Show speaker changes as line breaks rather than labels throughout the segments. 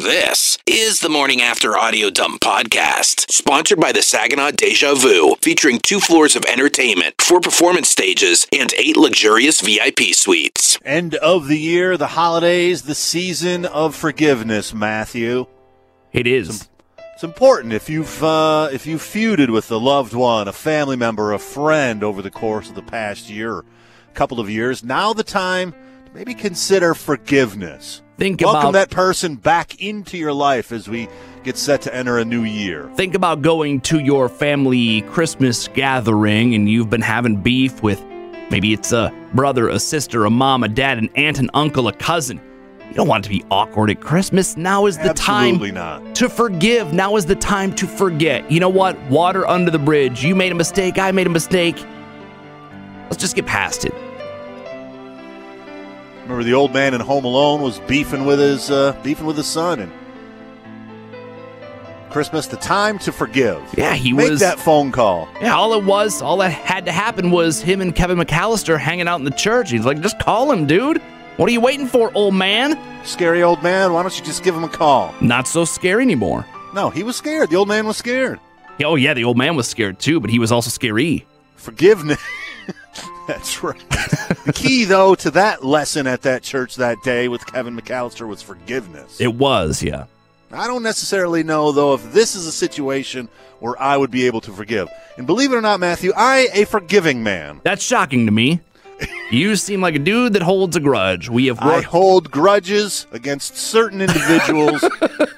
This is the Morning After Audio Dump Podcast, sponsored by the Saginaw Deja Vu, featuring two floors of entertainment, four performance stages, and eight luxurious VIP suites.
End of the year, the holidays, the season of forgiveness, Matthew.
It is.
It's important if you've uh, if you've feuded with a loved one, a family member, a friend over the course of the past year, or couple of years. Now the time to maybe consider forgiveness.
Think
Welcome
about
that person back into your life as we get set to enter a new year.
think about going to your family Christmas gathering and you've been having beef with maybe it's a brother, a sister, a mom, a dad, an aunt, an uncle, a cousin. You don't want it to be awkward at Christmas. Now is the time
Absolutely not.
to forgive. Now is the time to forget. You know what? Water under the bridge. You made a mistake. I made a mistake. Let's just get past it.
Remember the old man in Home Alone was beefing with his uh, beefing with his son and Christmas the time to forgive.
Yeah, he
Make
was-
that phone call.
Yeah, all it was, all that had to happen was him and Kevin McAllister hanging out in the church. He's like, just call him, dude. What are you waiting for, old man?
Scary old man, why don't you just give him a call?
Not so scary anymore.
No, he was scared. The old man was scared.
Oh, yeah, the old man was scared too, but he was also scary.
Forgiveness. That's right. the key though to that lesson at that church that day with Kevin McAllister was forgiveness.
It was, yeah.
I don't necessarily know, though, if this is a situation where I would be able to forgive. And believe it or not, Matthew, I a forgiving man.
That's shocking to me. you seem like a dude that holds a grudge. We have
I
worked.
hold grudges against certain individuals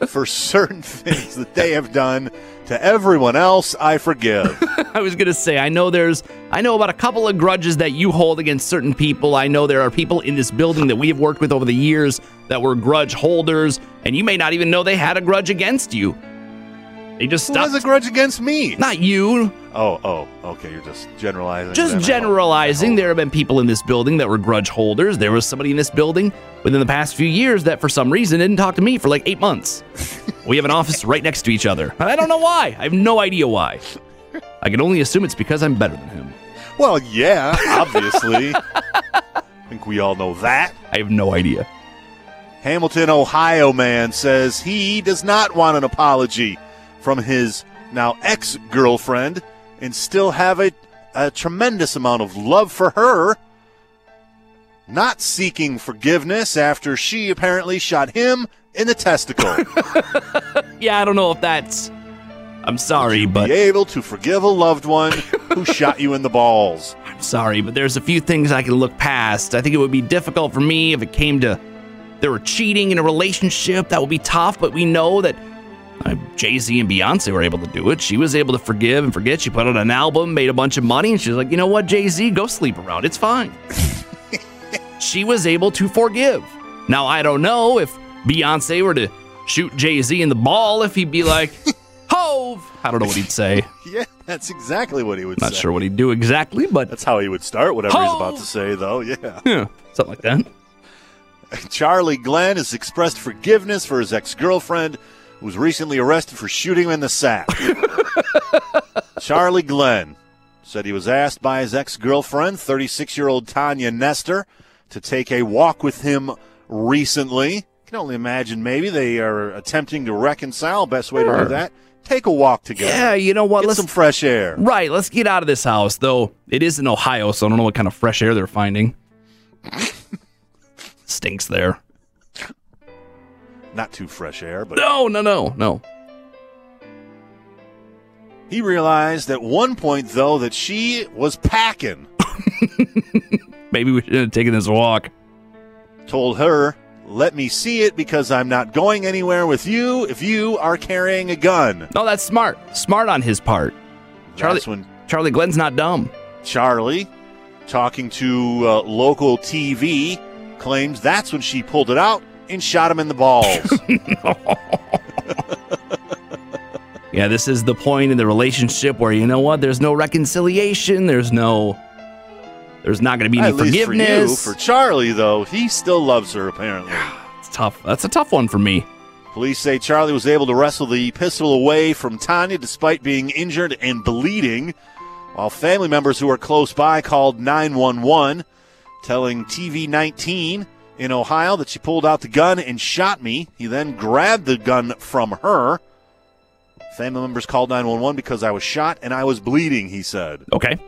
for certain things that they have done. To everyone else, I forgive.
I was gonna say, I know there's, I know about a couple of grudges that you hold against certain people. I know there are people in this building that we have worked with over the years that were grudge holders, and you may not even know they had a grudge against you. They just
Who has
stopped.
a grudge against me?
not you.
Oh, oh, okay. You're just generalizing. Then
Just
Oh, I hope-
generalizing,
I
there have been people in this building that were grudge holders. There was somebody in this building within the past few years that, for some reason, didn't talk to me for like eight months. we have an office right next to each other, and I don't know why. I have no idea why. I can only assume it's because I'm better than him.
hope. Well, yeah, obviously. I think we all know that.
I have no idea.
Hamilton, Ohio man says he does not want an apology from his now ex girlfriend and still have a, a tremendous amount of love for her. Not seeking forgiveness after she apparently shot him in the testicle.
Yeah, I don't know if that's. I'm sorry,
Be
but
able to forgive a loved one who shot you in the balls.
I'm sorry, but there's a few things I can look past. I think it would be difficult for me if it came to there were cheating in a relationship. That would be tough, but we know that Jay Z and Beyonce were able to do it. She was able to forgive and forget. She put out an album, made a bunch of money, and she was like, you know what, Jay Z, go sleep around. It's fine. she was able to forgive. Now, I don't know if Beyonce were to shoot Jay Z in the ball, if he'd be like, Hove! I don't know what he'd say.
Yeah, that's exactly what he would
Not
say.
sure what he'd do exactly, but
That's how he would start whatever he's
Ho!
about to say, though. Yeah.
yeah, something like that.
Charlie Glenn has expressed forgiveness for his ex girlfriend, who was recently arrested for shooting him in the sack. Charlie Glenn said he was asked by his ex girlfriend, 36 year old Tanya Nestor, to take a walk with him recently. Can only imagine maybe they are attempting to reconcile. Best way to do that, take a walk together.
Yeah, you know what?
Get
let's
some fresh air.
right. Let's get out of this house, though. It is in Ohio, so I don't know what kind of fresh air they're finding. Stinks there.
Not too fresh air, but
No, no, no, no.
He realized at one point, though, that she was packing.
Maybe we should have taken this walk.
told her, Let me see it because I'm not going anywhere with you if you are carrying a gun.
No, that's smart. Smart on his part. Charlie-
That's when
Charlie Glenn's not dumb.
Charlie, talking to uh, local TV, claims that's when she pulled it out and shot him in the balls.
Yeah, this is the point in the relationship where you know what? There's no reconciliation. There's no. There's not going to be any
At least
forgiveness.
for you. For Charlie, though, he still loves her, apparently.
it's tough. That's a tough one for me.
Police say Charlie was able to wrestle the pistol away from Tanya despite being injured and bleeding, while family members who were close by called 911, telling TV 19 in Ohio that she pulled out the gun and shot me. He then grabbed the gun from her. Family members called 911 because I was shot and I was bleeding, he said
Okay.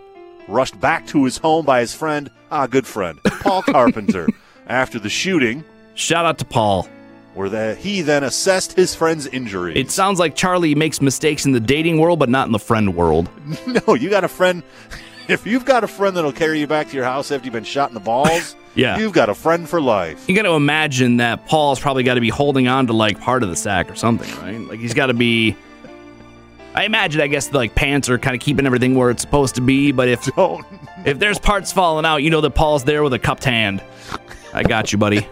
rushed back to his home by his friend, ah, good friend, Paul Carpenter, after the shooting,
Shout out to Paul.
where the, he then assessed his friend's injury.
It sounds like Charlie makes mistakes in the dating world, but not in the friend world.
no, you got a friend. If you've got a friend that'll carry you back to your house after you've been shot in the balls,
Yeah.
you've got a friend for life.
You got to imagine that Paul's probably got to be holding on to like part of the sack or something, right? Like he's got to be. I imagine, I guess, like pants are kind of keeping everything where it's supposed to be, but if
Don't.
if there's parts falling out, you know that Paul's there with a cupped hand. I got you, buddy.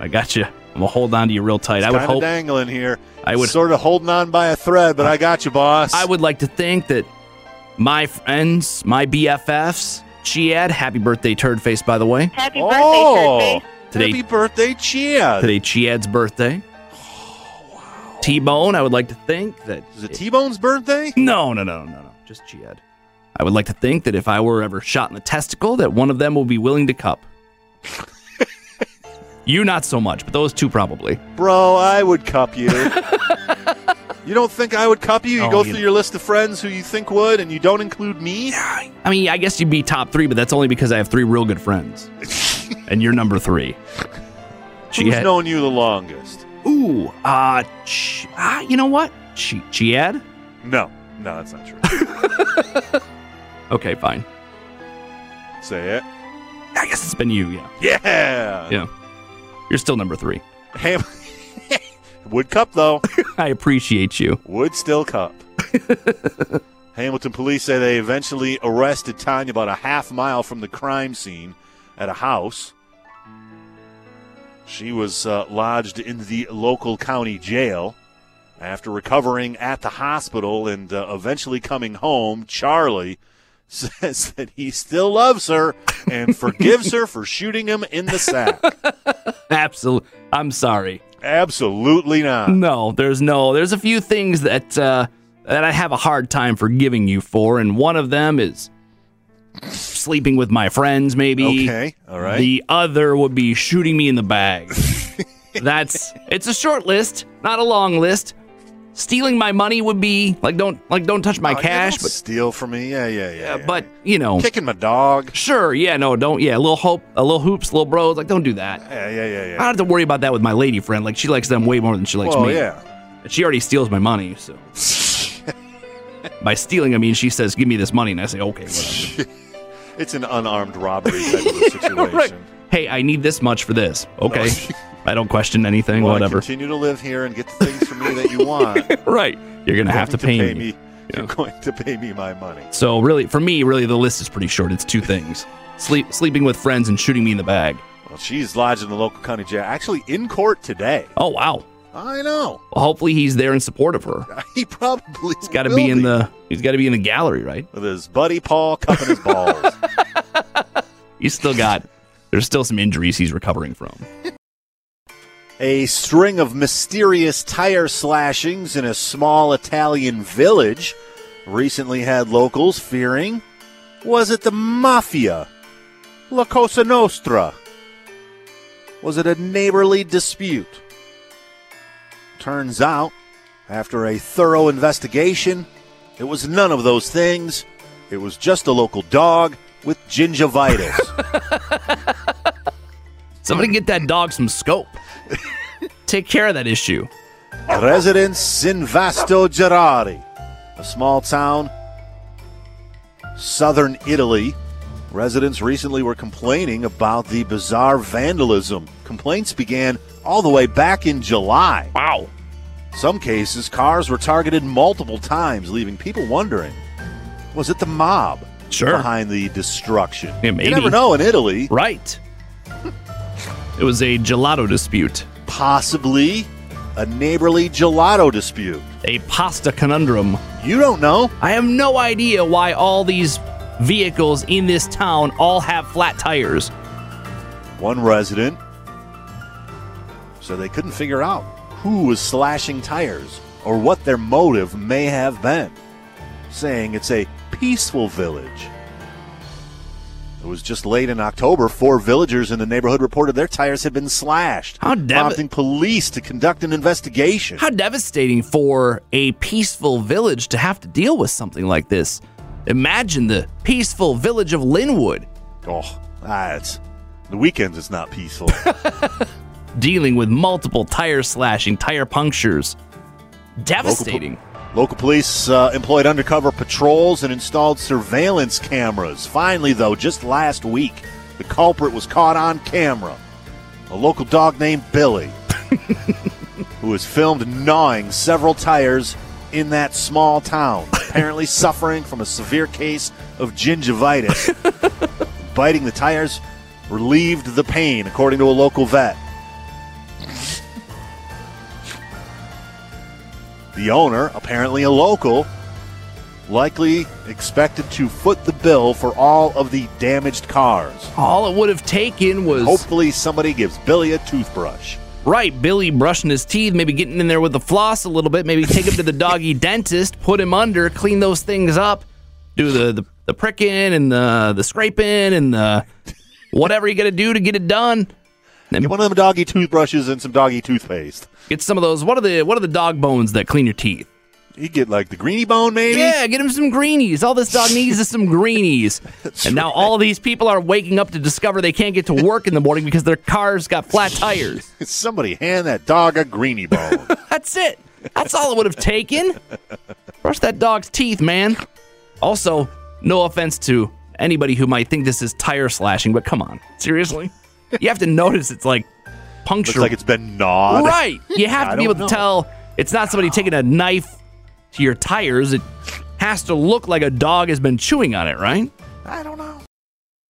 I got you. I'm gonna hold on to you real tight. I would
Kind of
hope.
dangling here.
I would-
sort of holding on by a thread, but I got you, boss.
I would like to think that my friends, my BFFs, Chiad, happy birthday, turd face, by the way.
Happy
oh,
birthday, Thursday.
Today-
happy birthday, Chia!
Uh, Today, Chiad's birthday. T Bone, I would like to think that.
Is it T-Bone's birthday?
No, no, no, no, no. Just Chiad. I would like to think that if I were ever shot in the testicle, that one of them will be willing to cup. you, not so much, but those two probably.
Bro, I would cup you. you don't think I would cup you? You
Oh,
go
you-
through your list of friends who you think would, and you don't include me?
I mean, I guess you'd be top three, but that's only because I have three real good friends, and you're number three.
Who's
Chiad.
known you the longest?
Ooh, uh, ch- ah, you know what? Ch- Chiad?
No. No, that's not true.
Okay, fine.
Say it.
I guess it's been you, yeah.
Yeah!
Yeah. You're still number three.
Ham- would cup, though.
I appreciate you.
Would still cup. Hamilton police say they eventually arrested Tanya about a half mile from the crime scene at a house. She was uh, lodged in the local county jail. After recovering at the hospital and uh, eventually coming home, Charlie says that he still loves her and forgives her for shooting him in the sack.
Absolutely. I'm sorry.
Absolutely not.
No, there's no. There's a few things that uh, that I have a hard time forgiving you for, and one of them is sleeping with my friends, maybe.
Okay, all right.
The other would be shooting me in the bag. That's it's a short list, not a long list. Stealing my money would be like don't like don't touch my
Oh, yeah,
cash,
don't
but
steal from me. Yeah, yeah, yeah.
uh,
yeah.
but you know,
kicking my dog.
sure, yeah, no, don't, yeah, little hope, a little hoops, little bros, like don't do that.
Yeah, yeah, yeah,
I
yeah.
don't have to worry about that with my lady friend. Like she likes them way more than she likes
well,
me.
yeah.
And She already steals my money, so. By stealing, I mean she says, "Give me this money," and I say, "Okay, whatever."
It's an unarmed robbery type of a situation.
Right. Hey, I need this much for this. Okay, I don't question anything.
Wanna
whatever.
Continue to live here and get the things from me that you want. You're
Right. You're gonna have to
going
pay,
pay
me.
You're going to pay me my money.
So really, for me, really, the list is pretty short. It's two things: sleep, sleeping with friends, and shooting me in the bag.
Well, she's lodged in the local county jail. Actually, in court today.
Oh wow.
I know.
Well, hopefully, he's there in support of her.
He probably
He's got to be in the. He's got to be in the gallery, right?
with his buddy Paul cupping his balls.
He's still got. There's still some injuries he's recovering from.
A string of mysterious tire slashings in a small Italian village recently had locals fearing was it the mafia? La Cosa Nostra? Was it a neighborly dispute? Turns out, after a thorough investigation, it was none of those things. It was just a local dog with gingivitis.
Somebody get that dog some scope. Take care of that issue.
Residents in Vasto Gerari, a small town, southern Italy. Residents recently were complaining about the bizarre vandalism. Complaints began all the way back in July.
Wow.
Some cases, cars were targeted multiple times, leaving people wondering was it the mob
Sure.
behind the destruction?
Yeah, maybe.
You never know in Italy.
Right. It was a gelato dispute.
Possibly. a neighborly gelato dispute.
A pasta conundrum.
You don't know.
I have no idea why all these vehicles in this town all have flat tires.
One resident. So they couldn't figure out who was slashing tires or what their motive may have been, saying it's a peaceful village. It was just late in October. Four villagers in the neighborhood reported their tires had been slashed,
How devi-
prompting police to conduct an investigation.
How devastating for a peaceful village to have to deal with something like this. Imagine the peaceful village of Linwood
oh, ah, it's the weekends. It's not peaceful.
dealing with multiple tire slashing, tire punctures. Devastating.
Local police uh, employed undercover patrols and installed surveillance cameras. Finally, though, just last week, the culprit was caught on camera. A local dog named Billy, who was filmed gnawing several tires in that small town, apparently suffering from a severe case of gingivitis. Biting the tires relieved the pain, according to a local vet. The owner, apparently a local, likely expected to foot the bill for all of the damaged cars.
All it would have taken was
Hopefully, somebody gives Billy a toothbrush.
right Billy brushing his teeth, maybe getting in there with the floss a little bit, maybe take him to the doggy dentist, put him under, clean those things up, do the the, the pricking and the the scraping and the whatever you got to do to get it done.
Get one of them doggy toothbrushes and some doggy toothpaste.
Get some of those. What are the what are the dog bones that clean your teeth?
You get like the greeny bone, maybe?
Yeah, get him some greenies. All this dog needs is some greenies. and now all these people are waking up to discover they can't get to work in the morning because their car's got flat tires.
Somebody hand that dog a greeny bone.
That's it. That's all it would have taken. Brush that dog's teeth, man. Also, no offense to anybody who might think this is tire slashing, but come on. Seriously? You have to notice it's like
Looks
punctured.
like it's been gnawed.
Right. You have
I
to be able
don't
to
know.
tell it's not somebody taking a knife to your tires. It has to look like a dog has been chewing on it, right?
I don't know.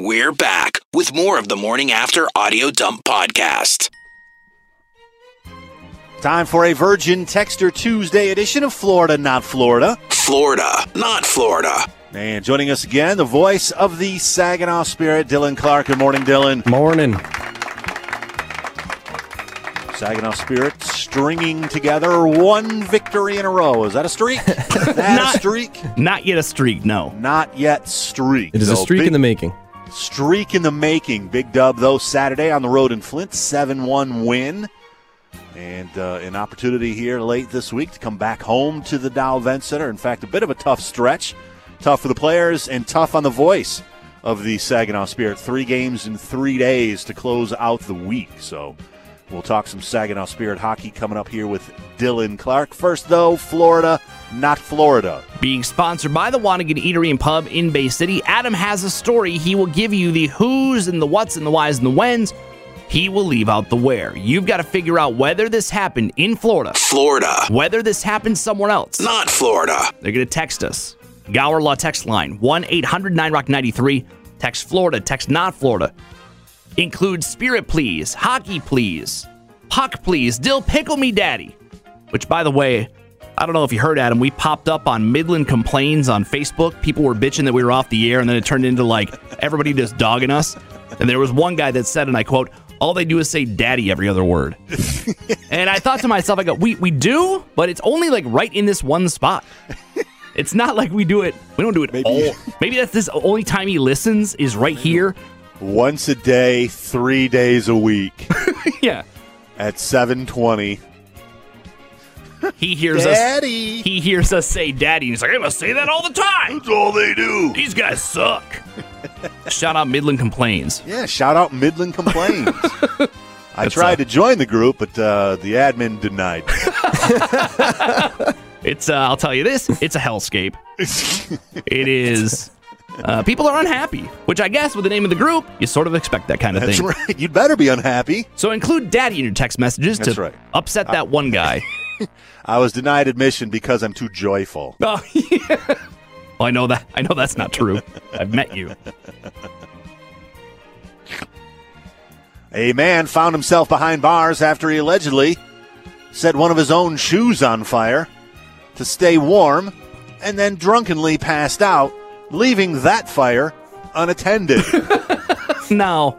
We're back with more of the Morning After Audio Dump Podcast.
Time for a Virgin Texter Tuesday edition of Florida, not Florida.
Florida, not Florida.
And joining us again, the voice of the Saginaw Spirit, Dylan Clark. Good morning, Dylan.
Morning.
Saginaw Spirit stringing together one victory in a row. Is that a streak? Not
Not-
a streak.
Not yet a streak, no.
Not yet streak.
It is a
So
streak
big
in the making.
streak in the making. Big dub though Saturday on the road in Flint, seven-one win, and uh, an opportunity here late this week to come back home to the Dow Event Center. In fact, a bit of a tough stretch, tough for the players and tough on the voice of the Saginaw Spirit. Three games in three days to close out the week. So. We'll talk some Saginaw Spirit hockey coming up here with Dylan Clark. First, though, Florida, not Florida.
Being sponsored by the Wanigan Eatery and Pub in Bay City, Adam has a story. He will give you the who's and the what's and the why's and the when's. He will leave out the where. You've got to figure out whether this happened in Florida,
Florida,
whether this happened somewhere else.
not Florida.
They're going to text us. Gower Law text line 1 800 9 Rock 93. Text Florida, text not Florida. Include Spirit Please, Hockey Please, Puck Please, Dill Pickle Me Daddy. Which, by the way, I don't know if you heard, Adam, we popped up on Midland Complains on Facebook. People were bitching that we were off the air, and then it turned into like everybody just dogging us. And there was one guy that said, and I quote, all they do is say daddy every other word. and I thought to myself, I go, we, we do, but it's only like right in this one spot. It's not like we do it. We don't do it all. Maybe that's this only time he listens is right here.
Once a day, three days a week
yeah.
at 720.
He hears us.
Daddy.
He hears us say "daddy." and He's like, "I must say that all the time."
That's all they do.
These guys suck. Shout out Midland complains.
Yeah, shout out Midland Complains. I
That's,
tried
uh,
to join the group, but uh, the admin denied. me.
It's uh, I'll tell you this, it's a hellscape. It is. Uh, people are unhappy, which I guess with the name of the group, you sort of expect that kind of
That's
thing.
right. You'd better be unhappy.
So include daddy in your text messages
That's
to
right.
upset that one guy.
I was denied admission because I'm too joyful.
oh, yeah. Well, I know that. I know that's not true. I've met you.
A man found himself behind bars after he allegedly set one of his own shoes on fire to stay warm and then drunkenly passed out, leaving that fire unattended.
Now,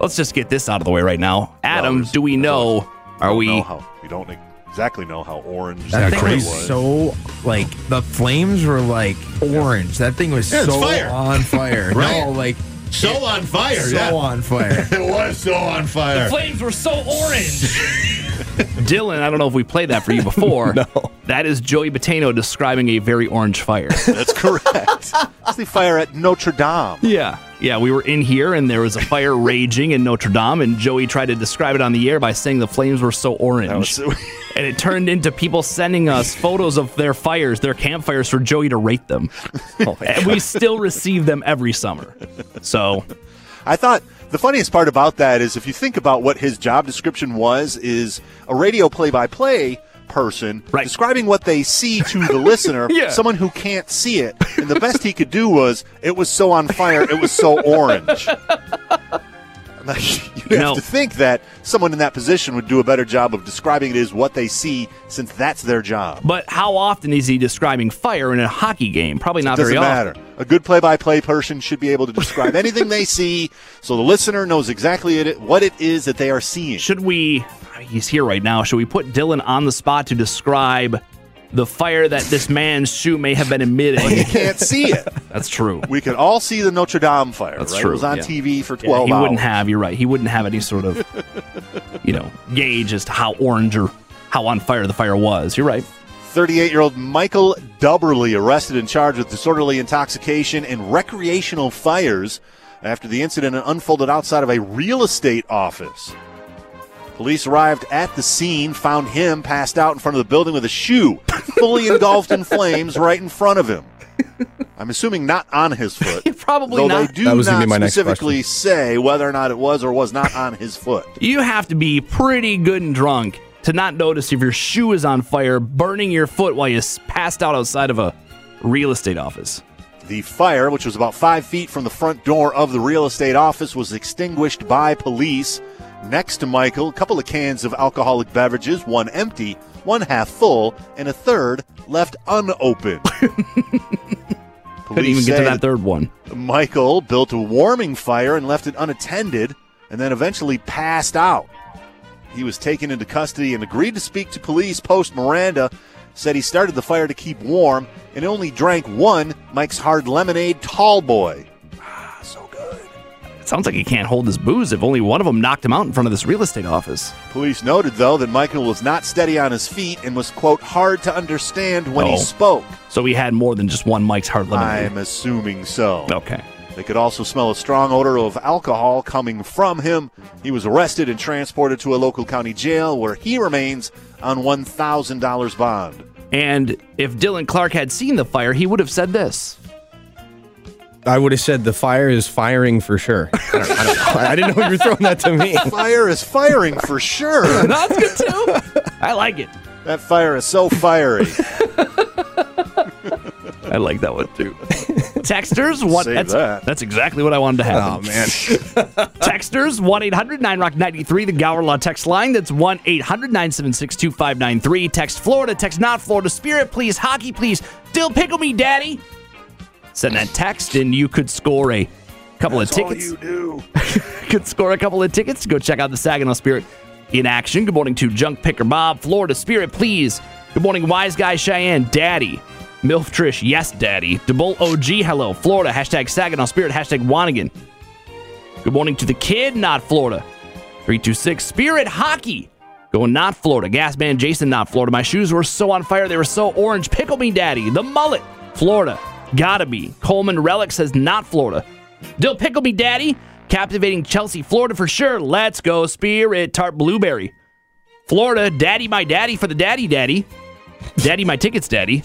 let's just get this out of the way right now. Adam,
there's-
do we know? Are we?
know how, we don't e-, exactly know how orange
That
that
thing
crazy.
was
was.
so like the flames were like orange. That thing was
Yeah, it's
so
fire.
on fire.
Right.
No, like
So on fire.
so
yeah.
on fire.
It was so on fire.
flames were so orange. Dylan, I don't know if we played that for you before. no. That is Joey Botano describing a very orange fire.
That's correct. it's the fire at Notre Dame.
Yeah. Yeah, we were in here and there was a fire raging in Notre Dame, and Joey tried to describe it on the air by saying the flames were so orange. and it turned into people sending us photos of their fires, their campfires, for Joey to rate them. and we still receive them every summer. So,
I thought the funniest part about that is if you think about what his job description was, is a radio play-by-play person
Right.
describing what they see to the listener,
Yeah.
someone who can't see it. And the best he could do was, it was so on fire, it was so orange. Like, you
No.
have to think that someone in that position would do a better job of describing it as what they see, since that's their job.
but how often is he describing fire in a hockey game? Probably not
Doesn't
very
matter.
often.
A good play-by-play person should be able to describe anything they see, so the listener knows exactly it, what it is that they are seeing.
Should we? He's here right now. Should we put Dylan on the spot to describe the fire that this man's shoe may have been
you
emitting?
can't see it.
That's true.
We could all see the Notre Dame fire.
That's
right?
true,
It was on
yeah.
TV for
Yeah,
twelve
he
hours.
wouldn't have. You're right. He wouldn't have any sort of, you know, gauge as to how orange or how on fire the fire was. You're right.
Thirty-eight-year-old Michael Duberly arrested and charged with disorderly intoxication and recreational fires after the incident unfolded outside of a real estate office. Police arrived at the scene, found him passed out in front of the building with a shoe fully engulfed in flames right in front of him. I'm assuming not on his foot.
Probably
Though
not.
they do
That was gonna
not
be my next
specifically say whether or not it was or was not on his foot.
You have to be pretty good and drunk to not notice if your shoe is on fire, burning your foot while you s- passed out outside of a real estate office.
The fire, which was about five feet from the front door of the real estate office, was extinguished by police. Next to Michael, a couple of cans of alcoholic beverages, one empty, one half full, and a third left unopened.
Couldn't even
police
get to
say
that third one.
that Michael built a warming fire and left it unattended, and then eventually passed out. He was taken into custody and agreed to speak to police post Miranda. Said he started the fire to keep warm and only drank one Mike's Hard Lemonade Tall Boy. Ah, so good.
It sounds like he can't hold his booze if only one of them knocked him out in front of this real estate office.
Police noted, though, that Michael was not steady on his feet and was, quote, hard to understand when
Oh.
he spoke.
So he had more than just one Mike's Hard Lemonade.
I'm assuming so.
Okay.
They could also smell a strong odor of alcohol coming from him. He was arrested and transported to a local county jail where he remains on $1,000 bond.
And if Dylan Clark had seen the fire, he would have said this.
I would have said the fire is firing for sure. I, don't, I, don't, I didn't know you were throwing that to me.
Fire is firing for sure.
That's good too. I like it.
That fire is so fiery.
I like that one too. Texters, what?
Save
that's,
that.
that's exactly what I wanted to have.
man.
Texters, 1 800 9 Rock 93, the Gower Law text line. That's 1 800 976 2593. Text Florida, text not Florida. Spirit, please. Hockey, please. Still pickle me, daddy. Send that text, and you could score a couple of tickets. could score a couple of tickets to go check out the Saginaw Spirit in action. Good morning to Junk Picker Bob, Florida Spirit, please. Good morning, Wise Guy Cheyenne, Daddy. MILF Trish, yes, Daddy. DeBull OG, hello. Florida, hashtag Saginaw Spirit, hashtag Wanigan. Good morning to the kid, not Florida. 326 Spirit Hockey. Going not Florida. Gasman Jason, not Florida. My shoes were so on fire, they were so orange. Pickle me, daddy. The mullet, Florida. Gotta be. Coleman Relic says not Florida. Dill pickle me, daddy. captivating Chelsea, Florida for sure. Let's go, Spirit Tart Blueberry. Florida, Daddy My Daddy for the Daddy Daddy. Daddy My Tickets Daddy.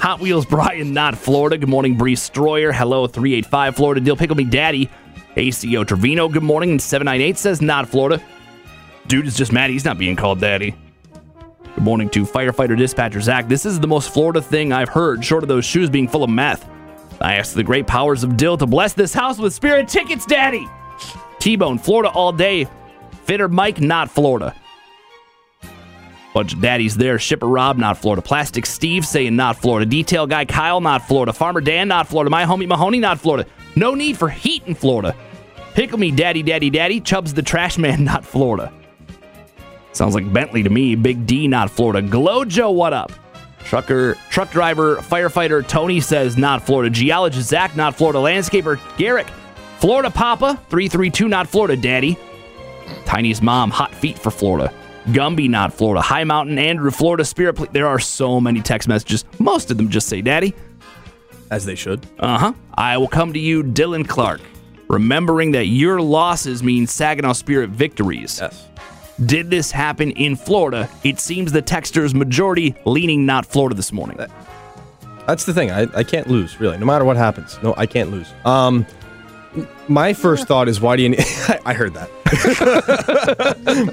Hot Wheels Brian, not Florida. Good morning, Bree Stroyer. Hello, 385 Florida. Deal Pickle Me Daddy. ACO Trevino, good morning. And 798 says not Florida. Dude is just mad he's not being called Daddy. Good morning to firefighter dispatcher Zach. This is the most Florida thing I've heard, short of those shoes being full of meth. I ask the great powers of Dill to bless this house with spirit tickets, Daddy. T-Bone, Florida all day. Fitter Mike, not Florida. Bunch of daddies there. Shipper Rob, not Florida. Plastic Steve saying not Florida. Detail guy Kyle, not Florida. Farmer Dan, not Florida. My homie Mahoney, not Florida. No need for heat in Florida. Pickle me, daddy, daddy, daddy. Chubbs the trash man, not Florida. Sounds like Bentley to me. Big D, not Florida. Glojo, what up? Trucker, truck driver, firefighter Tony says not Florida. Geologist Zach, not Florida. Landscaper Garrick, Florida Papa, 332, not Florida Daddy. Tiny's mom, hot feet for Florida. Gumby, not Florida. High Mountain, Andrew, Florida Spirit. Ple- there are so many text messages. Most of them just say Daddy.
As they should.
Uh huh. I will come to you, Dylan Clark, remembering that your losses mean Saginaw Spirit victories.
Yes.
Did this happen in Florida? It seems the texter's majority leaning not Florida this morning.
That's the thing. I, I can't lose, really. No matter what happens. No, I can't lose. Um, my first thought is why do you need? I I heard that.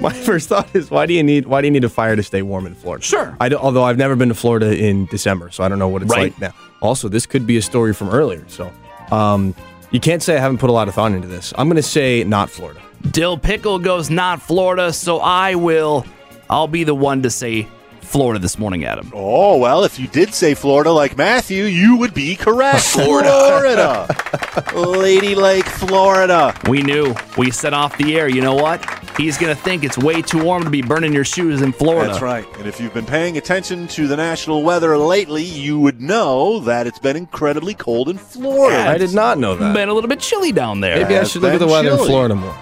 my first thought is why do you need? Why do you need a fire to stay warm in Florida?
Sure.
I don't, although I've never been to Florida in December, so I don't know what it's
Right.
like now. Also, this could be a story from earlier, so um, you can't say I haven't put a lot of thought into this. I'm going to say not Florida.
Dill Pickle goes not Florida, so I will. I'll be the one to say Florida this morning, Adam.
Oh, well, if you did say Florida like Matthew, you would be correct.
Florida.
Florida. Lady Lake, Florida.
We knew. We set off the air. You know what? He's gonna think it's way too warm to be burning your shoes in Florida.
That's right. And if you've been paying attention to the national weather lately, you would know that it's been incredibly cold in Florida.
I did not know that.
Been a little bit chilly down there.
Maybe I should look at the
Been
weather in
chilly.
Florida more.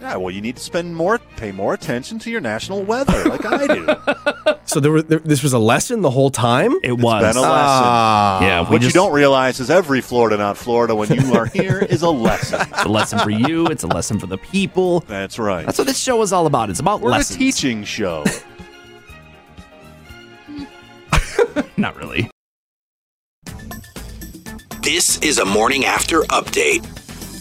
Yeah, well, you need to spend more, pay more attention to your national weather, like I do.
So there, were, there this was a lesson the whole time.
it was.
been a lesson.
yeah, Ah, we
what
just,
you don't realize is every Florida, not Florida, when you are here, is a lesson.
It's a lesson for you. It's a lesson for the people.
That's right.
That's what this show is all about. It's about
We're
lessons.
a teaching show.
Not really.
This is a morning after update.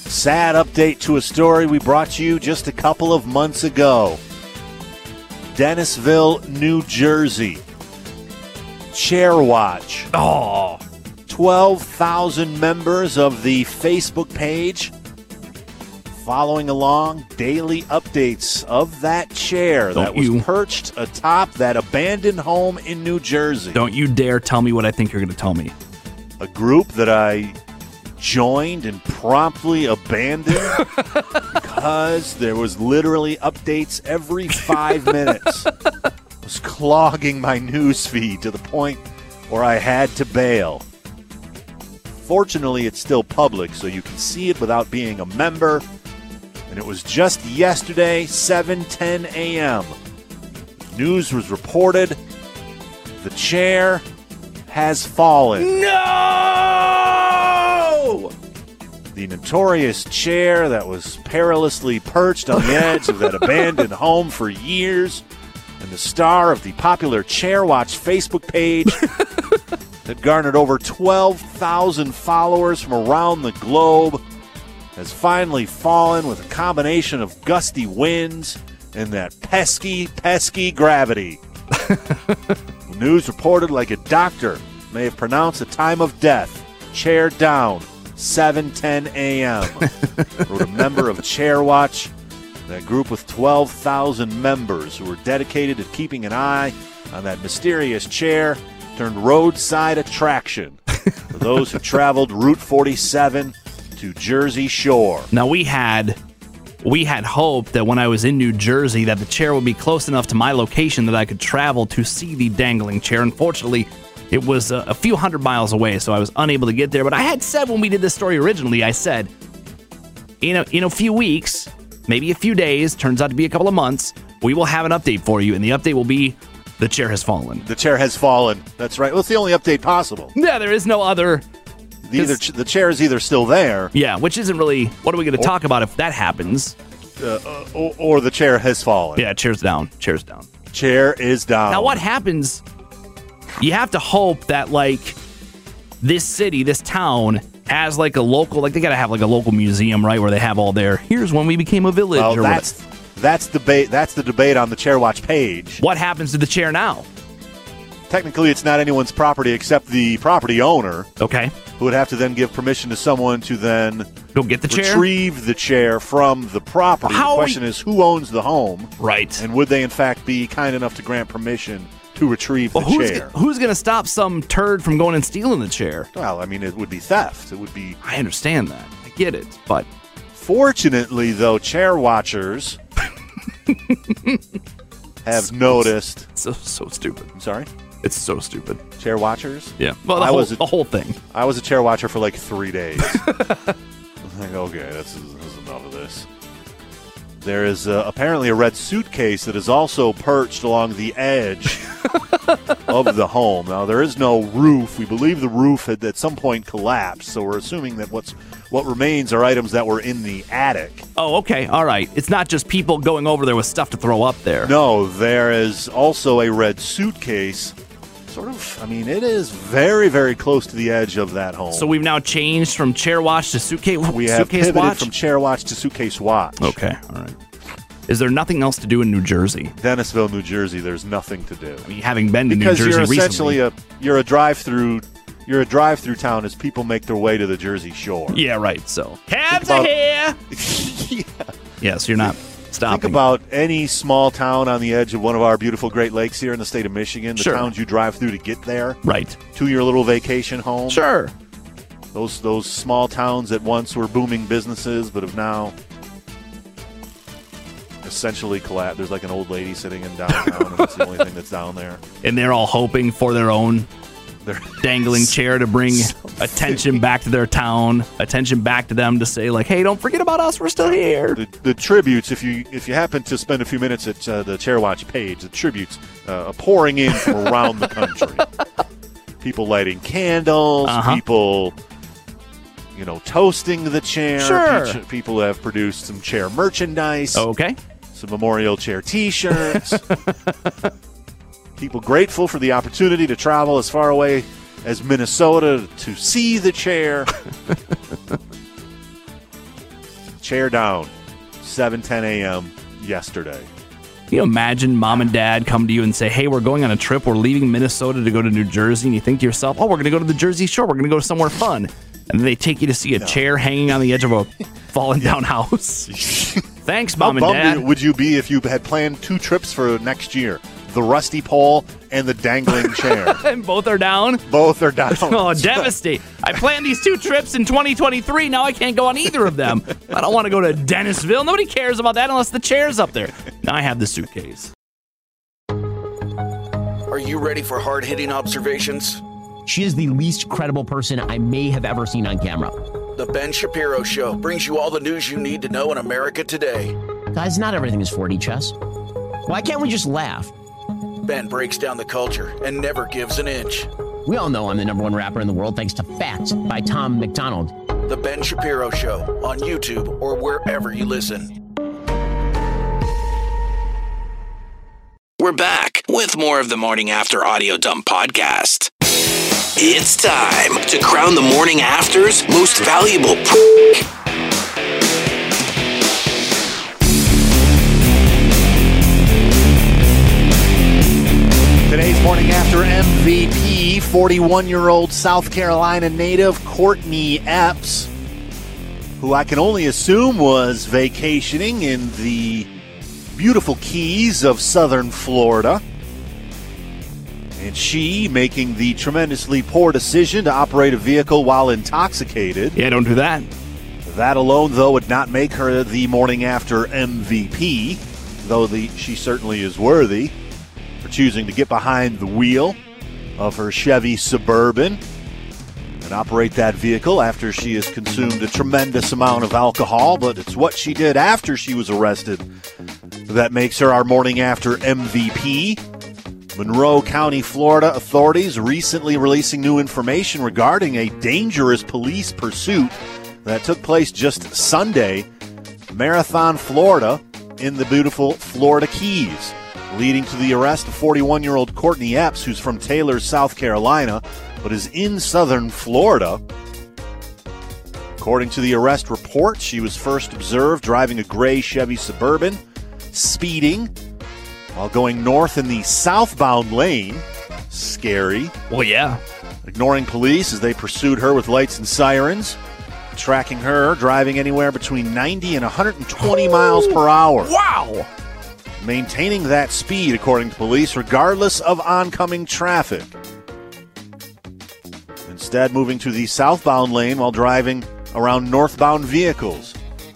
Sad update to a story we brought you just a couple of months ago. Dennisville, New Jersey. Chairwatch.
Oh,
12,000 members of the Facebook page following along daily updates of that chair
Don't
that was
you-
perched atop that abandoned home in New Jersey.
don't you dare tell me what I think you're gonna tell me.
A group that I joined and promptly abandoned because there was literally updates every 5 minutes. It was clogging my news feed to the point where I had to bail. Fortunately, it's still public, so you can see it without being a member. And it was just yesterday, 7:10 a.m. News was reported. The chair has fallen.
No!
The notorious chair that was perilously perched on the edge of that abandoned home for years, and the star of the popular Chair Watch Facebook page that garnered over 12,000 followers from around the globe, has finally fallen with a combination of gusty winds and that pesky, pesky gravity. News reported like a doctor may have pronounced the time of death. Chair down, 7:10 a.m. wrote a member of Chair Watch, that group with 12,000 members who were dedicated to keeping an eye on that mysterious chair turned roadside attraction for those who traveled Route 47 to Jersey Shore.
Now we had we had hope that when I was in New Jersey that the chair would be close enough to my location that I could travel to see the dangling chair. Unfortunately, it was a, a few hundred miles away, so I was unable to get there. But I had said when we did this story originally, I said, in a, in a few weeks, maybe a few days, turns out to be a couple of months, we will have an update for you, and the update will be the chair has fallen.
The chair has fallen. That's right. Well, it's the only update possible.
Yeah, there is no other.
Either ch- the chair is either still there,
Yeah, which isn't really what are we going to talk about if that happens?
or, or the chair has fallen.
Yeah, chairs down, chairs down.
Chair is down.
Now, what happens? You have to hope that like this city, this town has like a local, like they gotta have like a local museum, right, where they have all their. Here's when we became a village.
Well,
or
that's
what,
that's debate. That's the debate on the chair watch page.
what happens to the chair now?
Technically, it's not anyone's property except the property owner,
Okay,
who would have to then give permission to someone to then
go get the chair.
retrieve the chair from the property.
How
the
are
question is, who owns the home,
Right.
and would they in fact be kind enough to grant permission to retrieve
well,
the
who's
chair?
go- who's gonna stop some turd from going and stealing the chair?
well, I mean, it would be theft. It would be.
I understand that. I get it, but
Fortunately, though, chair watchers have noticed.
it's so so stupid.
I'm sorry,
It's so stupid.
chair watchers.
Yeah. Well, the,
I
whole,
was a-
the whole thing.
I was a chair watcher for like three days. I was like, okay, this is, this is enough of this. There is uh, apparently a red suitcase that is also perched along the edge of the home. Now there is no roof. We believe the roof had at some point collapsed, so we're assuming that what's what remains are items that were in the attic.
Oh, okay. All right. It's not just people going over there with stuff to throw up there.
No, there is also a red suitcase. Sort of. I mean, it is very, very close to the edge of that home.
So we've now changed from chair watch to suitcase
we have
suitcase
pivoted
watch.
from chair watch to suitcase watch.
okay. All right. Is there nothing else to do in New Jersey?
Dennisville, New Jersey, there's nothing to do
I mean, having been to
because
New Jersey
you're essentially
recently.
a you're a drive-through you're a drive-through town as people make their way to the Jersey Shore.
yeah, right. So cabs
about-
are here.
Yeah.
Yes, you're not stopping.
Think about any small town on the edge of one of our beautiful Great Lakes here in the state of Michigan. The
Sure.
towns you drive through to get there
right.
to your little vacation home.
Sure.
Those those small towns that once were booming businesses but have now essentially collapsed. There's like an old lady sitting in downtown, and it's the only thing that's down there.
And they're all hoping for their own
There-
dangling chair to bring attention back to their town, attention back to them to say like, "Hey, don't forget about us. We're still here."
the, the tributes if you if you happen to spend a few minutes at uh, the chairwatch page the tributes uh, are pouring in from around the country people lighting candles
Uh-huh.
people you know toasting the chair
Sure.
Peach- people have produced some chair merchandise
Okay.
some memorial chair t-shirts people grateful for the opportunity to travel as far away as minnesota to see the chair chair down 7:10 a.m. yesterday
Can you imagine mom and dad come to you and say, Hey, we're going on a trip. We're leaving Minnesota to go to New Jersey. And you think to yourself, Oh, we're going to go to the Jersey Shore. We're going to go somewhere fun. And then they take you to see a chair hanging on the edge of a fallen down house. Thanks, mom and
bummed
dad.
would you be if you had planned two trips for next year the rusty pole and the dangling chair
and both are down.
both are down
Oh, devastate. I planned these two trips in 2023. Now I can't go on either of them. I don't want to go to Dennisville. Nobody cares about that unless the chair's up there. Now I have the suitcase.
Are you ready for hard hitting observations?
She is the least credible person I may have ever seen on camera.
The Ben Shapiro Show brings you all the news you need to know in America today.
Guys, not everything is 4D chess. Why can't we just laugh?
Ben breaks down the culture and never gives an inch.
We all know I'm the number one rapper in the world thanks to Facts by Tom McDonald.
The Ben Shapiro Show on YouTube or wherever you listen. We're back with more of the Morning After Audio Dump podcast. It's time to crown the Morning After's most valuable. prick.
Today's morning after MVP, 41 year old South Carolina native Courtney Epps, who I can only assume was vacationing in the beautiful keys of southern Florida. And she making the tremendously poor decision to operate a vehicle while intoxicated.
Yeah, don't do that.
That alone, though, would not make her the morning after MVP, though the, she certainly is worthy for choosing to get behind the wheel of her Chevy Suburban and operate that vehicle after she has consumed a tremendous amount of alcohol. But it's what she did after she was arrested that makes her our morning after MVP. Monroe County, Florida authorities recently releasing new information regarding a dangerous police pursuit that took place just Sunday, Marathon, Florida, in the beautiful Florida Keys, leading to the arrest of 41 year old Courtney Epps, who's from Taylor, South Carolina, but is in southern Florida. According to the arrest report, she was first observed driving a gray Chevy Suburban, speeding while going north in the southbound lane. Scary.
Well, yeah.
Ignoring police as they pursued her with lights and sirens, tracking her, driving anywhere between 90 and 120 miles per hour.
Wow.
Maintaining that speed, according to police, regardless of oncoming traffic. Instead, moving to the southbound lane while driving around northbound vehicles.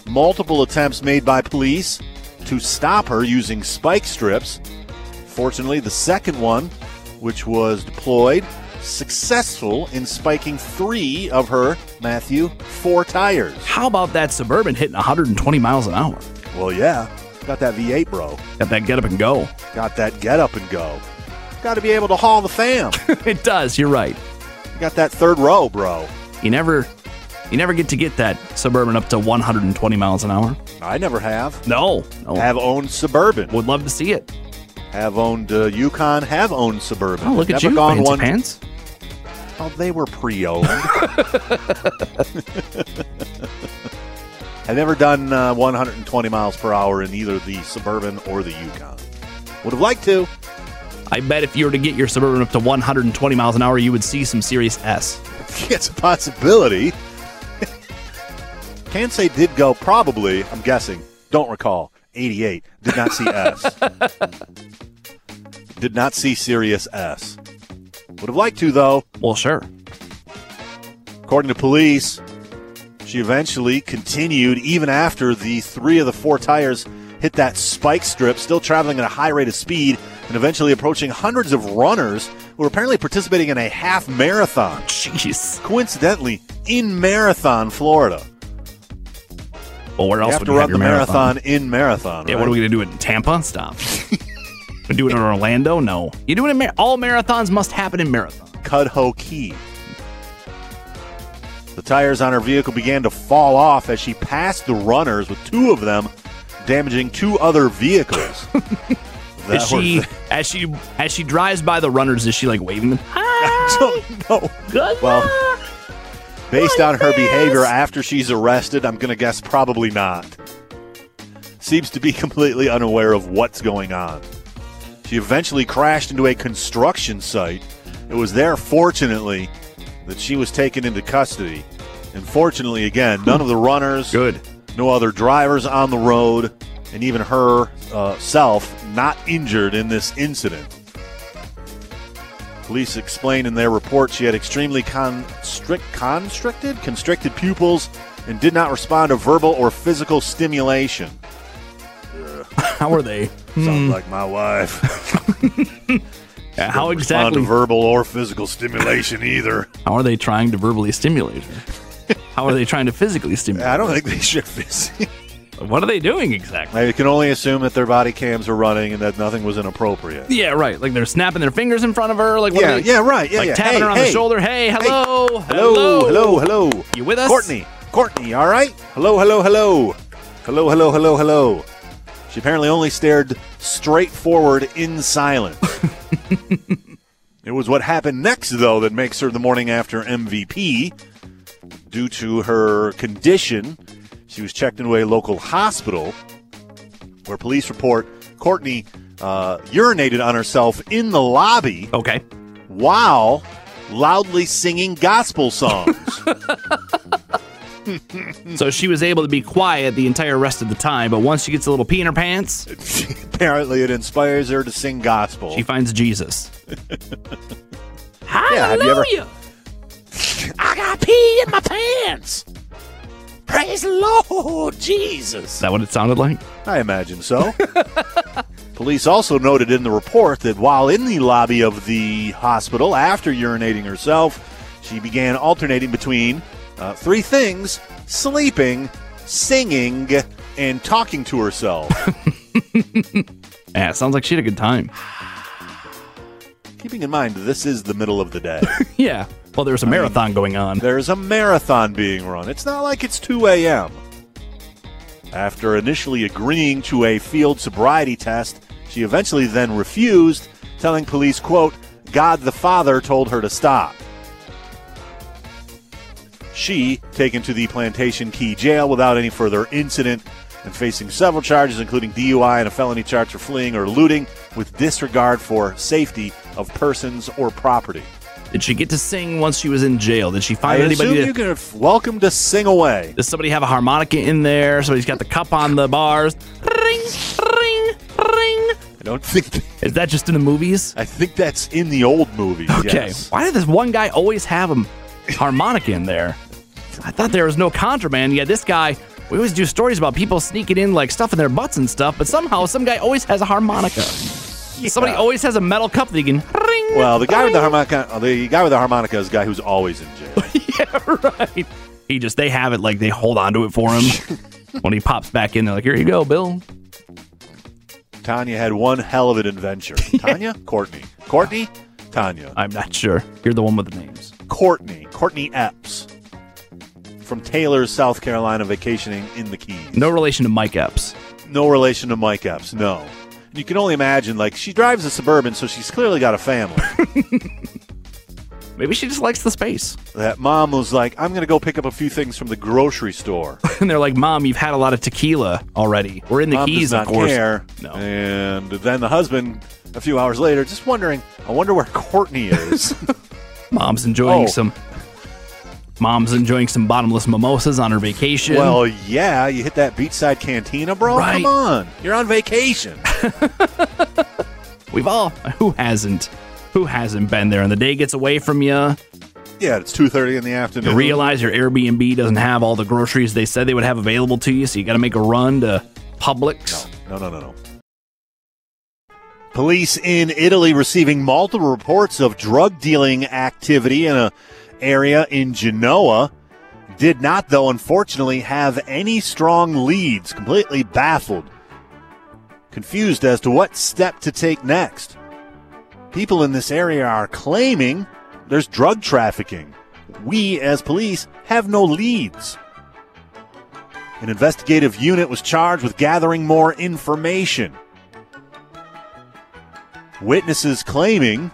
Multiple attempts made by police to stop her using spike strips. Fortunately, the second one, which was deployed, successful in spiking three of her, Matthew, four tires.
How about that Suburban hitting 120 miles an hour?
Well, yeah, got that V8, bro.
Got that get up and go.
Got that get up and go. Got to be able to haul the fam.
it does. You're right.
got that third row, bro.
You never, you never get to get that Suburban up to 120 miles an hour.
I never have.
No. No.
Have owned Suburban.
Would love to see it.
Have owned uh, Yukon. Have owned Suburban.
Oh, look at
never
you,
gone
fancy
one.
pants.
Oh, they were pre-owned. I've never done uh, 120 miles per hour in either the Suburban or the Yukon. Would have liked to.
I bet if you were to get your Suburban up to 120 miles an hour, you would see some serious S.
It's a possibility. Can't say did go probably. I'm guessing. Don't recall. 88 did not see S. did not see Sirius S. Would have liked to though.
Well, sure.
According to police, she eventually continued even after the three of the four tires hit that spike strip, still traveling at a high rate of speed and eventually approaching hundreds of runners who were apparently participating in a half marathon,
Jeez.
coincidentally in Marathon, Florida.
Well, where
You
else
have
would
to
you
run
have your
the marathon, in Marathon.
Yeah, what are
right?
we gonna do it in Tampa? Stop. we do it in Orlando? No. You do it in Mar- all marathons must happen in marathon.
Cudho Key. The tires on her vehicle began to fall off as she passed the runners, with two of them damaging two other vehicles. That
Is she
were-
as she as she drives by the runners? Is she like waving them?
I
Hi,
don't know.
good
Well,
luck."
Based on her behavior after she's arrested, I'm going to guess probably not. Seems to be completely unaware of what's going on. She eventually crashed into a construction site. It was there, fortunately, that she was taken into custody. And fortunately, again, none of the runners,
good.
no other drivers on the road, and even her uh, self not injured in this incident. Police explained in their report she had extremely constrict, constricted, constricted pupils and did not respond to verbal or physical stimulation.
How are they?
Sounds like my wife. Respond
How
to
exactly?
verbal or physical stimulation either.
How are they trying to verbally stimulate her? How are they trying to physically stimulate?
I don't think they should. be-
her? What are they doing exactly?
I can only assume that their body cams were running and that nothing was inappropriate.
Yeah, right. Like they're snapping their fingers in front of her. Like what
Yeah,
are they,
yeah, right. Yeah,
like
yeah.
tapping
Hey,
her on the
hey.
shoulder. Hey, hello,
Hello, hello, hello.
You with us,
Courtney, Courtney, all right? Hello, hello, hello. Hello, hello, hello, hello. She apparently only stared straight forward in silence. it was what happened next, though, that makes her the morning after MVP. Due to her condition, she was checked into a local hospital where police report Courtney uh, urinated on herself in the lobby
Okay.
while loudly singing gospel songs.
So she was able to be quiet the entire rest of the time, but once she gets a little pee in her pants,
Apparently, it inspires her to sing gospel.
she finds Jesus.
Yeah, have you ever-
Hallelujah! I got pee in my pants. Praise the Lord Jesus. Is that what it sounded like?
I imagine so. Police also noted in the report that while in the lobby of the hospital after urinating herself, she began alternating between uh, three things sleeping, singing, and talking to herself.
Yeah, it sounds like she had a good time.
Keeping in mind, this is the middle of the day.
Yeah. Well, there's a marathon going on.
There's a marathon being run. It's not like it's 2 a.m. After initially agreeing to a field sobriety test, she eventually then refused, telling police, quote, God the Father told her to stop. She, taken to the Plantation Key Jail without any further incident and facing several charges, including DUI and a felony charge for fleeing or looting with disregard for safety of persons or property.
Did she get to sing once she was in jail? Did she find
I
anybody?
assume
to-
you can welcome to sing away.
Does somebody have a harmonica in there? Somebody's got the cup on the bars. Ring, ring, ring.
I don't think.
Is that just in the movies?
I think that's in the old movies.
Okay.
yes.
Why did this one guy always have a harmonica in there? I thought there was no contraband. Yeah, this guy. We always do stories about people sneaking in like stuff in their butts and stuff, but somehow some guy always has a harmonica. Somebody always has a metal cup that he can ring.
Well, the guy with the
ring.
harmonica, uh, the guy with the harmonica is the guy who's always in jail.
right. He just they have it like they hold on to it for him. when he pops back in, they're like, "Here you go, Bill."
Tanya had one hell of an adventure. Tanya, Courtney, Courtney, Tanya,
I'm not sure. You're the one with the names.
Courtney, Courtney Epps, from Taylor's South Carolina, vacationing in the Keys.
No relation to Mike Epps.
no relation to Mike Epps. No. And you can only imagine, like she drives a suburban, so she's clearly got a family.
Maybe she just likes the space.
that mom was like, "I'm gonna go pick up a few things from the grocery store."
and they're like, "Mom, you've had a lot of tequila already. We're in the
mom does
keys,
not
of course."
care.
No.
And then the husband, a few hours later, just wondering, "I wonder where Courtney is."
Mom's enjoying
Oh.
some. Mom's enjoying some bottomless mimosas on her vacation.
well, yeah, you hit that beachside cantina, bro.
Right.
Come on, you're on vacation.
we've all Oh, who hasn't, who hasn't been there, and the day gets away from you.
yeah, it's two thirty in the
You
afternoon.
realize your Airbnb doesn't have all the groceries they said they would have available to you, so you got to make a run to Publix.
No, no, no, no. Police in Italy receiving multiple reports of drug dealing activity in a area in Genoa. Did not, though, unfortunately, have any strong leads. Completely baffled, confused as to what step to take next. People in this area are claiming there's drug trafficking. We, as police, have no leads. An investigative unit was charged with gathering more information. Witnesses claiming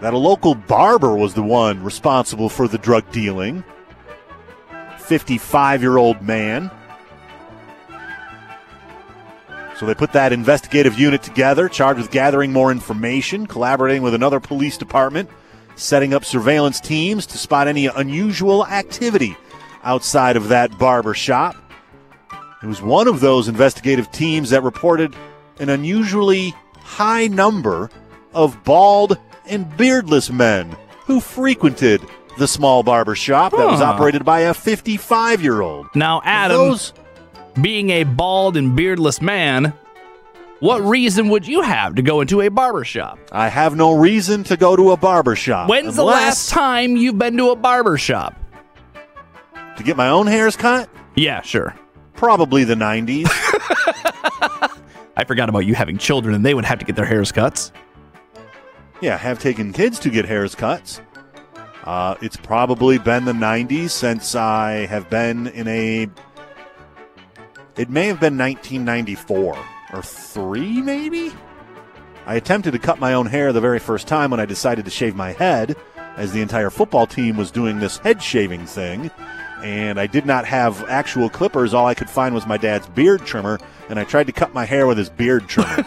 that a local barber was the one responsible for the drug dealing. 55 year old man. So they put that investigative unit together, charged with gathering more information, collaborating with another police department, setting up surveillance teams to spot any unusual activity outside of that barber shop. It was one of those investigative teams that reported an unusually high number of bald and beardless men who frequented the small barber shop that was
Huh.
operated by a 55 year old.
Now, Adam,
Those
being a bald and beardless man, what reason would you have to go into a barbershop?
I have no reason to go to a barber shop.
When's the last
unless-
time you've been to a barber shop?
To get my own hairs cut?
Yeah, sure.
Probably the 90s.
I forgot about you having children and they would have to get their hairs cuts.
yeah, have taken kids to get hairs cuts. Uh, it's probably been the 90s since I have been in a. It may have been 1994 or 3, maybe? I attempted to cut my own hair the very first time when I decided to shave my head, as the entire football team was doing this head shaving thing. And I did not have actual clippers. All I could find was my dad's beard trimmer, and I tried to cut my hair with his beard trimmer.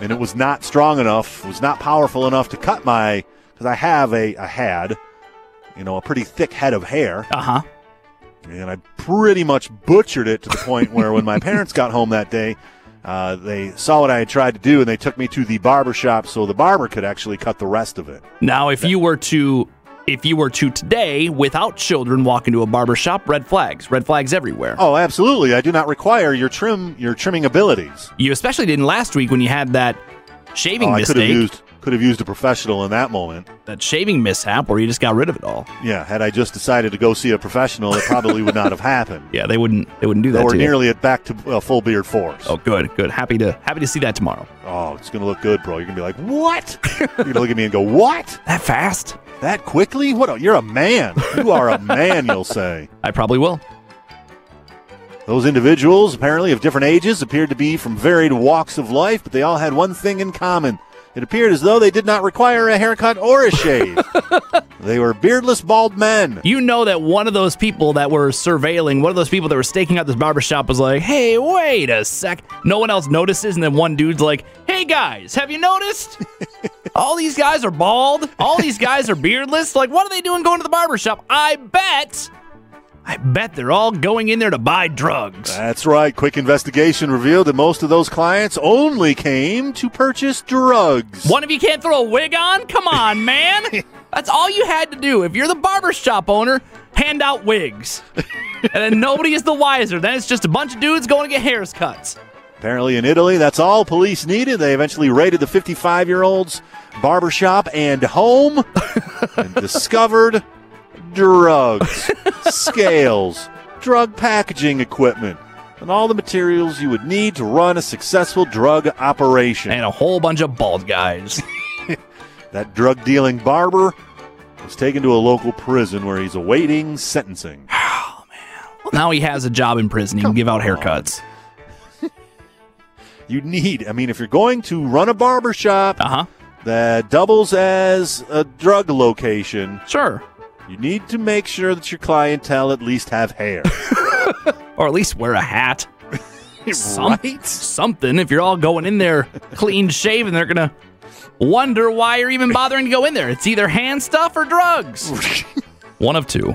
and it was not strong enough, was not powerful enough to cut my. Because I have a, I had, you know, a pretty thick head of hair
Uh huh.
and I pretty much butchered it to the point where when my parents got home that day, uh, they saw what I had tried to do and they took me to the barber shop so the barber could actually cut the rest of it.
Now, if you were to, if you were to today without children walk into a barber shop, red flags, red flags everywhere.
Oh, absolutely! I do not require your trim your trimming abilities.
You especially didn't last week when you had that shaving
Oh, I could have
mistake.
used Could have used a professional in that moment.
That shaving mishap where you just got rid of it all.
Yeah, had I just decided to go see a professional, it probably would not have happened.
Yeah, they wouldn't. They wouldn't do
Though
that.
we're
to you.
nearly at back to uh, full beard force.
Oh, good, good. Happy to happy to see that tomorrow.
Oh, it's gonna look good, bro. You're gonna be like, what? You're gonna look at me and go, what?
That fast?
That quickly? What? A, you're a man. You are a man. You'll say.
I probably will.
Those individuals, apparently of different ages, appeared to be from varied walks of life, but they all had one thing in common. It appeared as though they did not require a haircut or a shave. they were beardless, bald men.
You know that one of those people that were surveilling, one of those people that were staking out this barbershop was like, hey, wait a sec. No one else notices. And then one dude's like, hey, guys, have you noticed? All these guys are bald. All these guys are beardless. Like, what are they doing going to the barbershop? I bet. I bet they're all going in there to buy drugs.
That's right. Quick investigation revealed that most of those clients only came to purchase drugs.
One of you can't throw a wig on? Come on, man. That's all you had to do. If you're the barbershop owner, hand out wigs. and then nobody is the wiser. Then it's just a bunch of dudes going to get haircuts.
Apparently, in Italy, that's all police needed. They eventually raided the 55 year old's barbershop and home and discovered drugs, scales, drug packaging equipment, and all the materials you would need to run a successful drug operation.
And a whole bunch of bald guys.
that drug dealing barber was taken to a local prison where he's awaiting sentencing.
Well, now he has a job in prison. He can give out haircuts.
You need, I mean, if you're going to run a barbershop
Uh huh.
that doubles as a drug location,
Sure.
You need to make sure that your clientele at least have hair.
Or at least wear a hat. Some- Something. If you're all going in there clean shaven, they're going to wonder why you're even bothering to go in there. It's either hand stuff or drugs. One of two.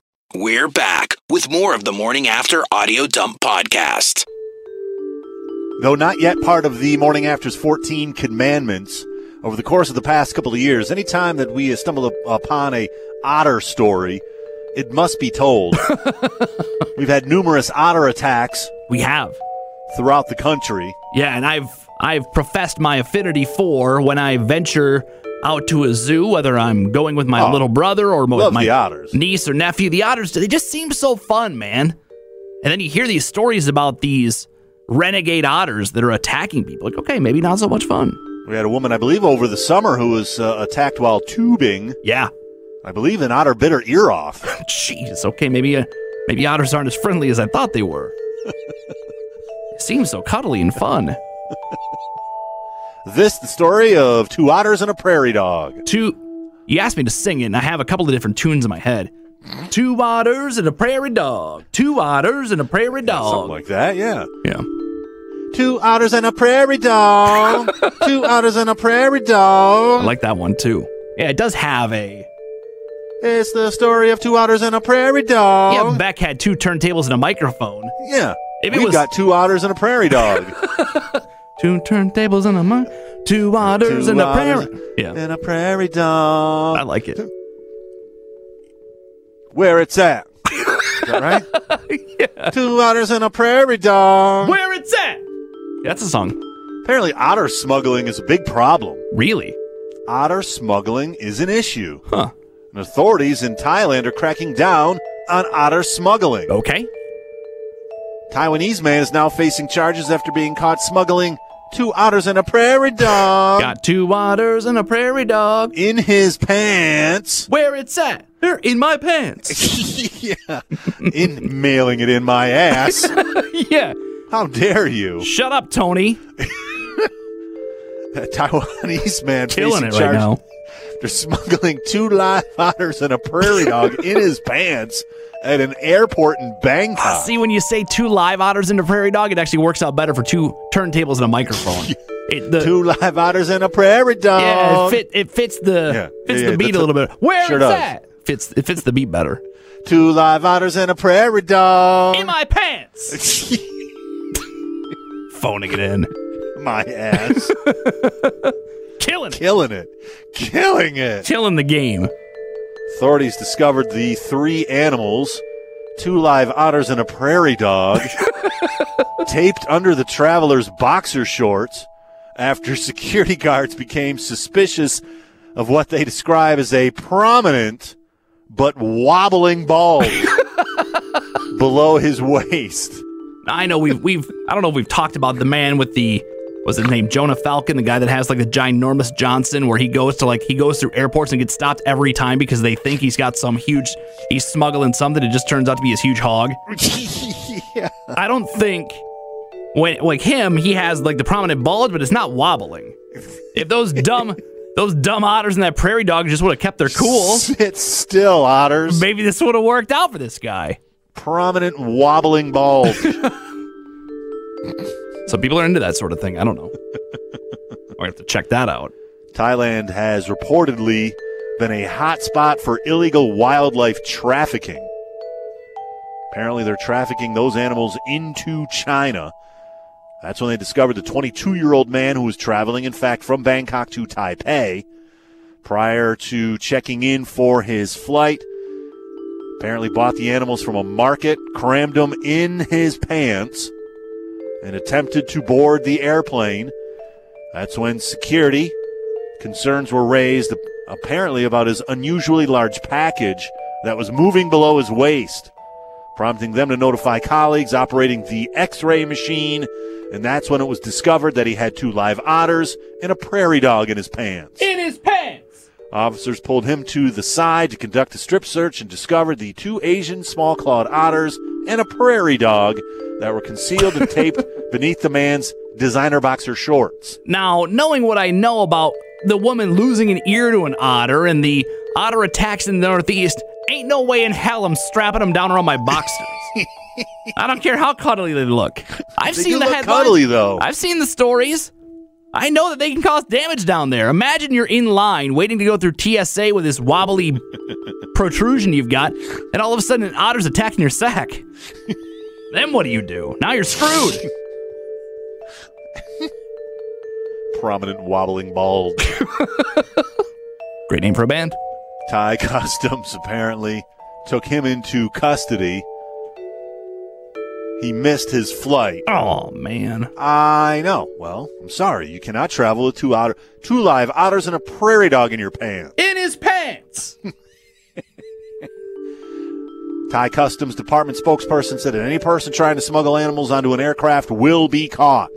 We're back with more of the Morning After Audio Dump Podcast.
Though not yet part of the Morning After's 14 commandments, over the course of the past couple of years, any time that we stumble up- upon a otter story, it must be told. We've had numerous otter attacks
We have.
throughout the country.
Yeah, and I've I've professed my affinity for when I venture out to a zoo, whether I'm going with my
Oh,
little brother or with
love
my
the otters.
niece or nephew. The otters, they just seem so fun, man. And then you hear these stories about these renegade otters that are attacking people. Like, okay, maybe not so much fun.
We had a woman, I believe, over the summer who was uh, attacked while tubing.
Yeah,
I believe an otter bit her ear off.
jeez. Okay, maybe uh, maybe otters aren't as friendly as I thought they were. It Seems so cuddly and fun.
This, the story of two otters and a prairie dog.
Two, you asked me to sing it, and I have a couple of different tunes in my head. Two otters and a prairie dog. Two otters and a prairie dog.
Something like that, yeah.
yeah.
Two otters and a prairie dog. Two otters and a prairie
I
dog.
like that one too. Yeah, it does have a.
It's the story of two otters and a prairie
Yeah,
dog.
Beck had two turntables and a microphone.
Yeah.
If it
We've
was-
got two otters and a prairie dog.
Two turntables and a mic. Two otters
Two
and a
otters
prairie. Yeah,
And a prairie
I
dog.
like it.
Where it's at. Is that right? Two otters and a prairie dog.
Where it's at. Yeah, that's a song.
Apparently, otter smuggling is a big problem.
Really?
Otter smuggling is an issue.
Huh.
And authorities in Thailand are cracking down on otter smuggling.
Okay.
Taiwanese man is now facing charges after being caught smuggling two otters and a prairie dog
Got two otters and a prairie dog.
in his pants.
Where it's at? They're in my pants.
yeah, in mailing it in my ass.
yeah.
How dare you?
Shut up, Tony.
A Taiwanese man
Killing
facing
it
charges
right now.
after smuggling two live otters and a prairie dog in his pants at an airport in Bangkok.
See, when you say two live otters and a prairie dog, it actually works out better for two turntables and a microphone. It, the,
Two live otters and a prairie dog.
yeah, it, fit, it fits the
Yeah,
fits
yeah,
the beat
that's
a little
a-
bit. Where
sure
is
does.
that? Fits it fits the beat better.
Two live otters and a prairie dog.
In my pants. Phoning it in,
My ass.
killing it,
Killing it. Killing it.
killing the game.
Authorities discovered the three animals, two live otters and a prairie dog, taped under the traveler's boxer shorts after security guards became suspicious of what they describe as a prominent but wobbling ball below his waist.
I know we've we've I don't know if we've talked about the man with the what's his name Jonah Falcon, the guy that has like the ginormous Johnson, where he goes to like he goes through airports and gets stopped every time because they think he's got some huge he's smuggling something. It just turns out to be his huge hog. I don't think when like him he has like the prominent bulge, but it's not wobbling. If those dumb those dumb otters and that prairie dog just would have kept their cool,
Sit still, otters.
maybe this would have worked out for this guy.
Prominent wobbling ball.
So people are into that sort of thing. I don't know. I have to check that out.
Thailand has reportedly been a hotspot for illegal wildlife trafficking. Apparently, they're trafficking those animals into China. That's when they discovered the 22 year old man who was traveling, in fact, from Bangkok to Taipei. Prior to checking in for his flight, apparently bought the animals from a market, crammed them in his pants, and attempted to board the airplane. That's when security, Concerns were raised apparently about his unusually large package that was moving below his waist, prompting them to notify colleagues operating the x ray machine. And that's when it was discovered that he had two live otters and a prairie dog in his pants.
In his pants.
Officers pulled him to the side to conduct a strip search and discovered the two Asian small clawed otters and a prairie dog that were concealed and taped beneath the man's designer boxer shorts.
Now, knowing what I know about the woman losing an ear to an otter and the otter attacks in the Northeast, ain't no way in hell I'm strapping them down around my boxers. I don't care how cuddly they look. I've
They
seen
do
the
look
headlines.
cuddly, though.
I've seen the stories. I know that they can cause damage down there. Imagine you're in line waiting to go through TSA with this wobbly protrusion you've got, and all of a sudden an otter's attacking your sack. then what do you do? Now you're screwed.
Prominent wobbling bald.
Great name for a band.
Thai customs apparently took him into custody. He missed his flight.
Oh man.
I know. Well, I'm sorry. You cannot travel with two otter, two live otters and a prairie dog in your pants.
in his pants.
Thai customs department spokesperson said that any person trying to smuggle animals onto an aircraft will be caught.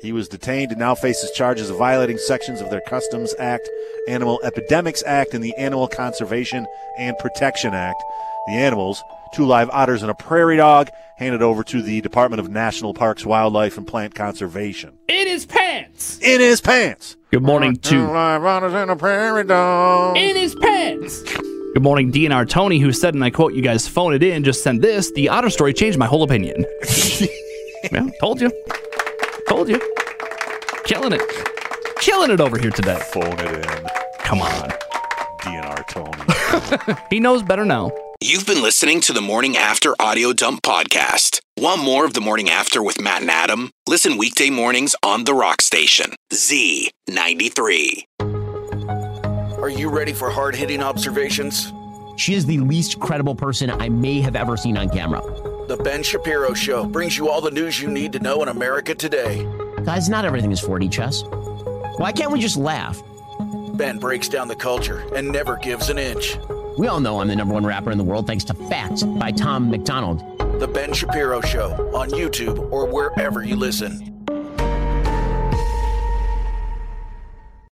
He was detained and now faces charges of violating sections of their Customs Act, Animal Epidemics Act, and the Animal Conservation and Protection Act. The animals, two live otters and a prairie dog, handed over to the Department of National Parks, Wildlife, and Plant Conservation.
In his pants.
In his pants!
Good morning
Two
to
live otters and a prairie dog!
In his pants. Good morning, DNR Tony, who said, and I quote, you guys phone it in, just send this. The otter story changed my whole opinion. yeah, told you. Told you. Killing it. Killing it over here today.
Phone it in,
Come on.
DNR Tony.
He knows better now.
You've been listening to the Morning After Audio Dump Podcast. Want more of the Morning After with Matt and Adam? Listen weekday mornings on The Rock Station, Z93.
Are you ready for hard hitting observations?
She is the least credible person I may have ever seen on camera.
The Ben Shapiro Show brings you all the news you need to know in America today.
Guys, not everything is 4D chess. Why can't we just laugh?
Ben breaks down the culture and never gives an inch.
We all know I'm the number one rapper in the world thanks to Facts by Tom McDonald.
The Ben Shapiro Show on YouTube or wherever you listen.